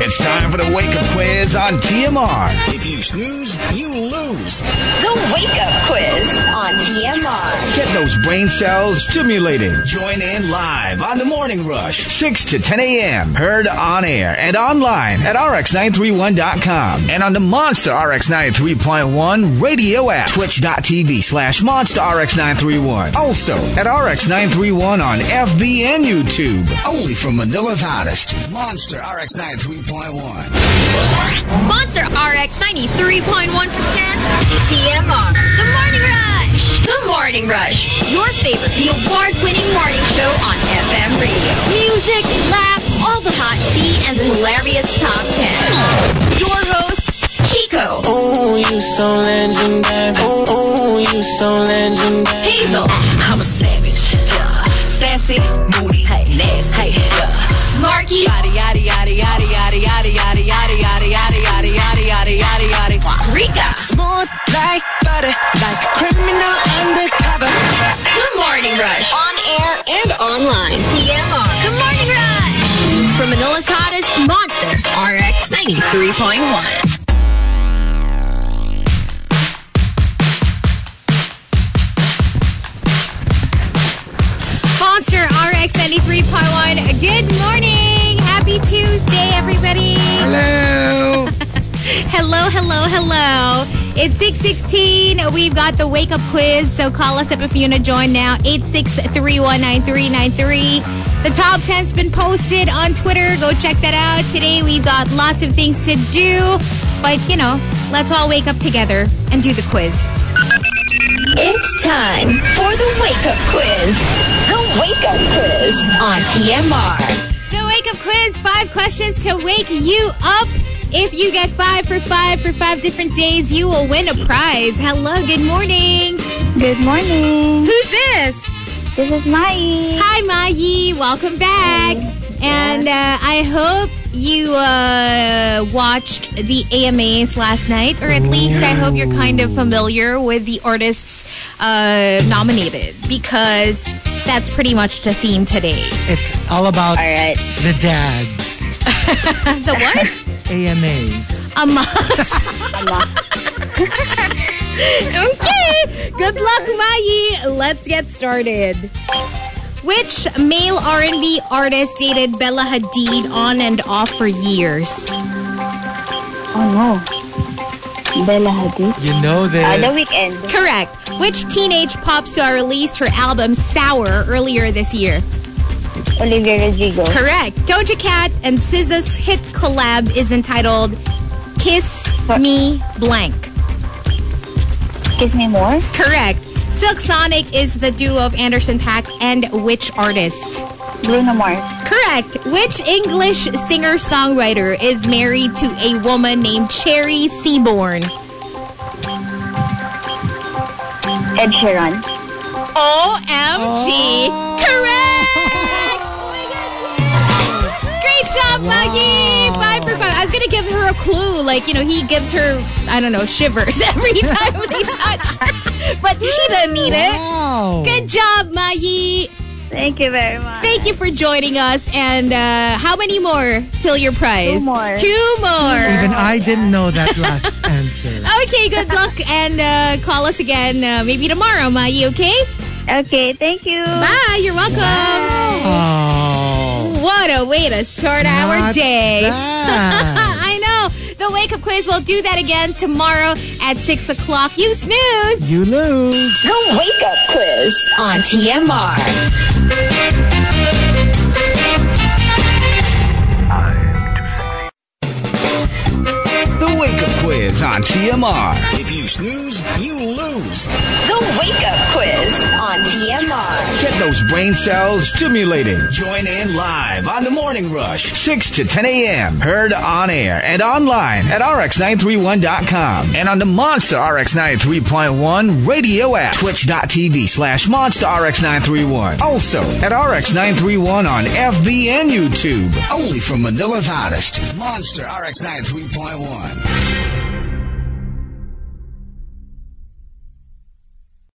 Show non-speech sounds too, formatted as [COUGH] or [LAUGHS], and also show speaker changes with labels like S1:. S1: It's time for the wake up quiz on TMR. If you snooze, you lose.
S2: The Wake Up Quiz on TMR.
S1: Get those brain cells stimulated. Join in live on the morning rush, 6 to 10 a.m. Heard on air and online at rx931.com and on the Monster RX93.1 radio app, twitch.tv slash monster rx931. Also at rx931 on FB and YouTube. Only from Manila's hottest, Monster RX93.1.
S3: Monster RX 93.1% TMR. The Morning Rush. The Morning Rush. Your favorite, the award winning morning show on FM radio. Music, laughs, all the hot tea, and the hilarious top 10. Your host, Chico,
S4: Ooh, you so legendary. Ooh, ooh, you so legendary.
S3: Hazel,
S5: I'm a savage. Yeah. Sassy, moody, hey, nasty. Hey, yeah.
S3: Marky,
S5: Yadi yadi yadi yadi yadi yadi yadi yadi yadi yadi yadi yadi yadi yadi yadi. Wow.
S3: Rika.
S4: Smooth like butter, like a criminal undercover.
S3: The Morning Rush. On air and online. TMR. The Morning Rush. From Manila's hottest, Monster RX 93.1.
S6: Monster RX 93.1. Good morning. Happy Tuesday, everybody.
S1: Hello.
S6: Hello, hello, hello. It's 616. We've got the wake up quiz. So call us up if you want to join now. 863-19393. The top 10's been posted on Twitter. Go check that out. Today we've got lots of things to do. But, you know, let's all wake up together and do the quiz.
S3: It's time for the wake up quiz. The wake up quiz on TMR.
S6: The wake up quiz five questions to wake you up. If you get five for five for five different days, you will win a prize. Hello, good morning.
S7: Good morning.
S6: Who's this?
S7: This is Mai.
S6: Hi, Mayi. Welcome back. And uh, I hope you uh, watched the AMAs last night, or at least I hope you're kind of familiar with the artists uh, nominated because that's pretty much the theme today.
S8: It's all about
S7: All right.
S8: the dads,
S6: The what?
S8: AMAs.
S6: Amas. okay. Good luck, Mayi. Let's get started. Which male R&B artist dated Bella Hadid on and off for years?
S7: Oh no. Bella Hadid.
S8: You know this.
S7: Uh, the weekend.
S6: Correct. Which teenage pop star released her album Sour earlier this year?
S7: Olivia Rodrigo.
S6: Correct. Doja Cat and SZA's hit collab is entitled Kiss Me Blank.
S7: Kiss me more.
S6: Correct. Silk Sonic is the duo of Anderson Pack and which artist?
S7: Bruno Mars.
S6: Correct. Which English singer songwriter is married to a woman named Cherry Seaborn?
S7: Ed Sheeran.
S6: OMG. Correct. Great job, Muggy. Five for five. I was going to give her a clue. Like, you know, he gives her, I don't know, shivers [LAUGHS] every time they touch. but she doesn't need it.
S8: Wow.
S6: Good job, Maggie.
S7: Thank you very much.
S6: Thank you for joining us. And uh, how many more till your prize?
S7: Two more.
S6: Two more.
S8: Even I didn't know that last [LAUGHS] answer.
S6: Okay,
S8: [LAUGHS]
S6: good luck and uh, call us again uh, maybe tomorrow, Mayi, okay?
S7: Okay, thank you.
S6: Bye, you're welcome.
S8: Oh.
S6: What a way to start our
S8: not
S6: day. [LAUGHS]
S8: bad.
S6: I know. The wake up quiz, we'll do that again tomorrow at 6 o'clock. You snooze.
S8: you lose.
S2: The Wake Up Quiz
S3: On TMR.
S1: The wake up quiz on TMR. If you snooze, you lose.
S2: The Wake Up Quiz on TMR.
S1: Get those brain cells stimulated. Join in live on the morning rush, 6 to 10 a.m. Heard on air and online at rx931.com and on the Monster RX93.1 radio app, twitch.tv slash monster rx931. Also at rx931 on FB and YouTube. Only from Manila's hottest, Monster RX93.1.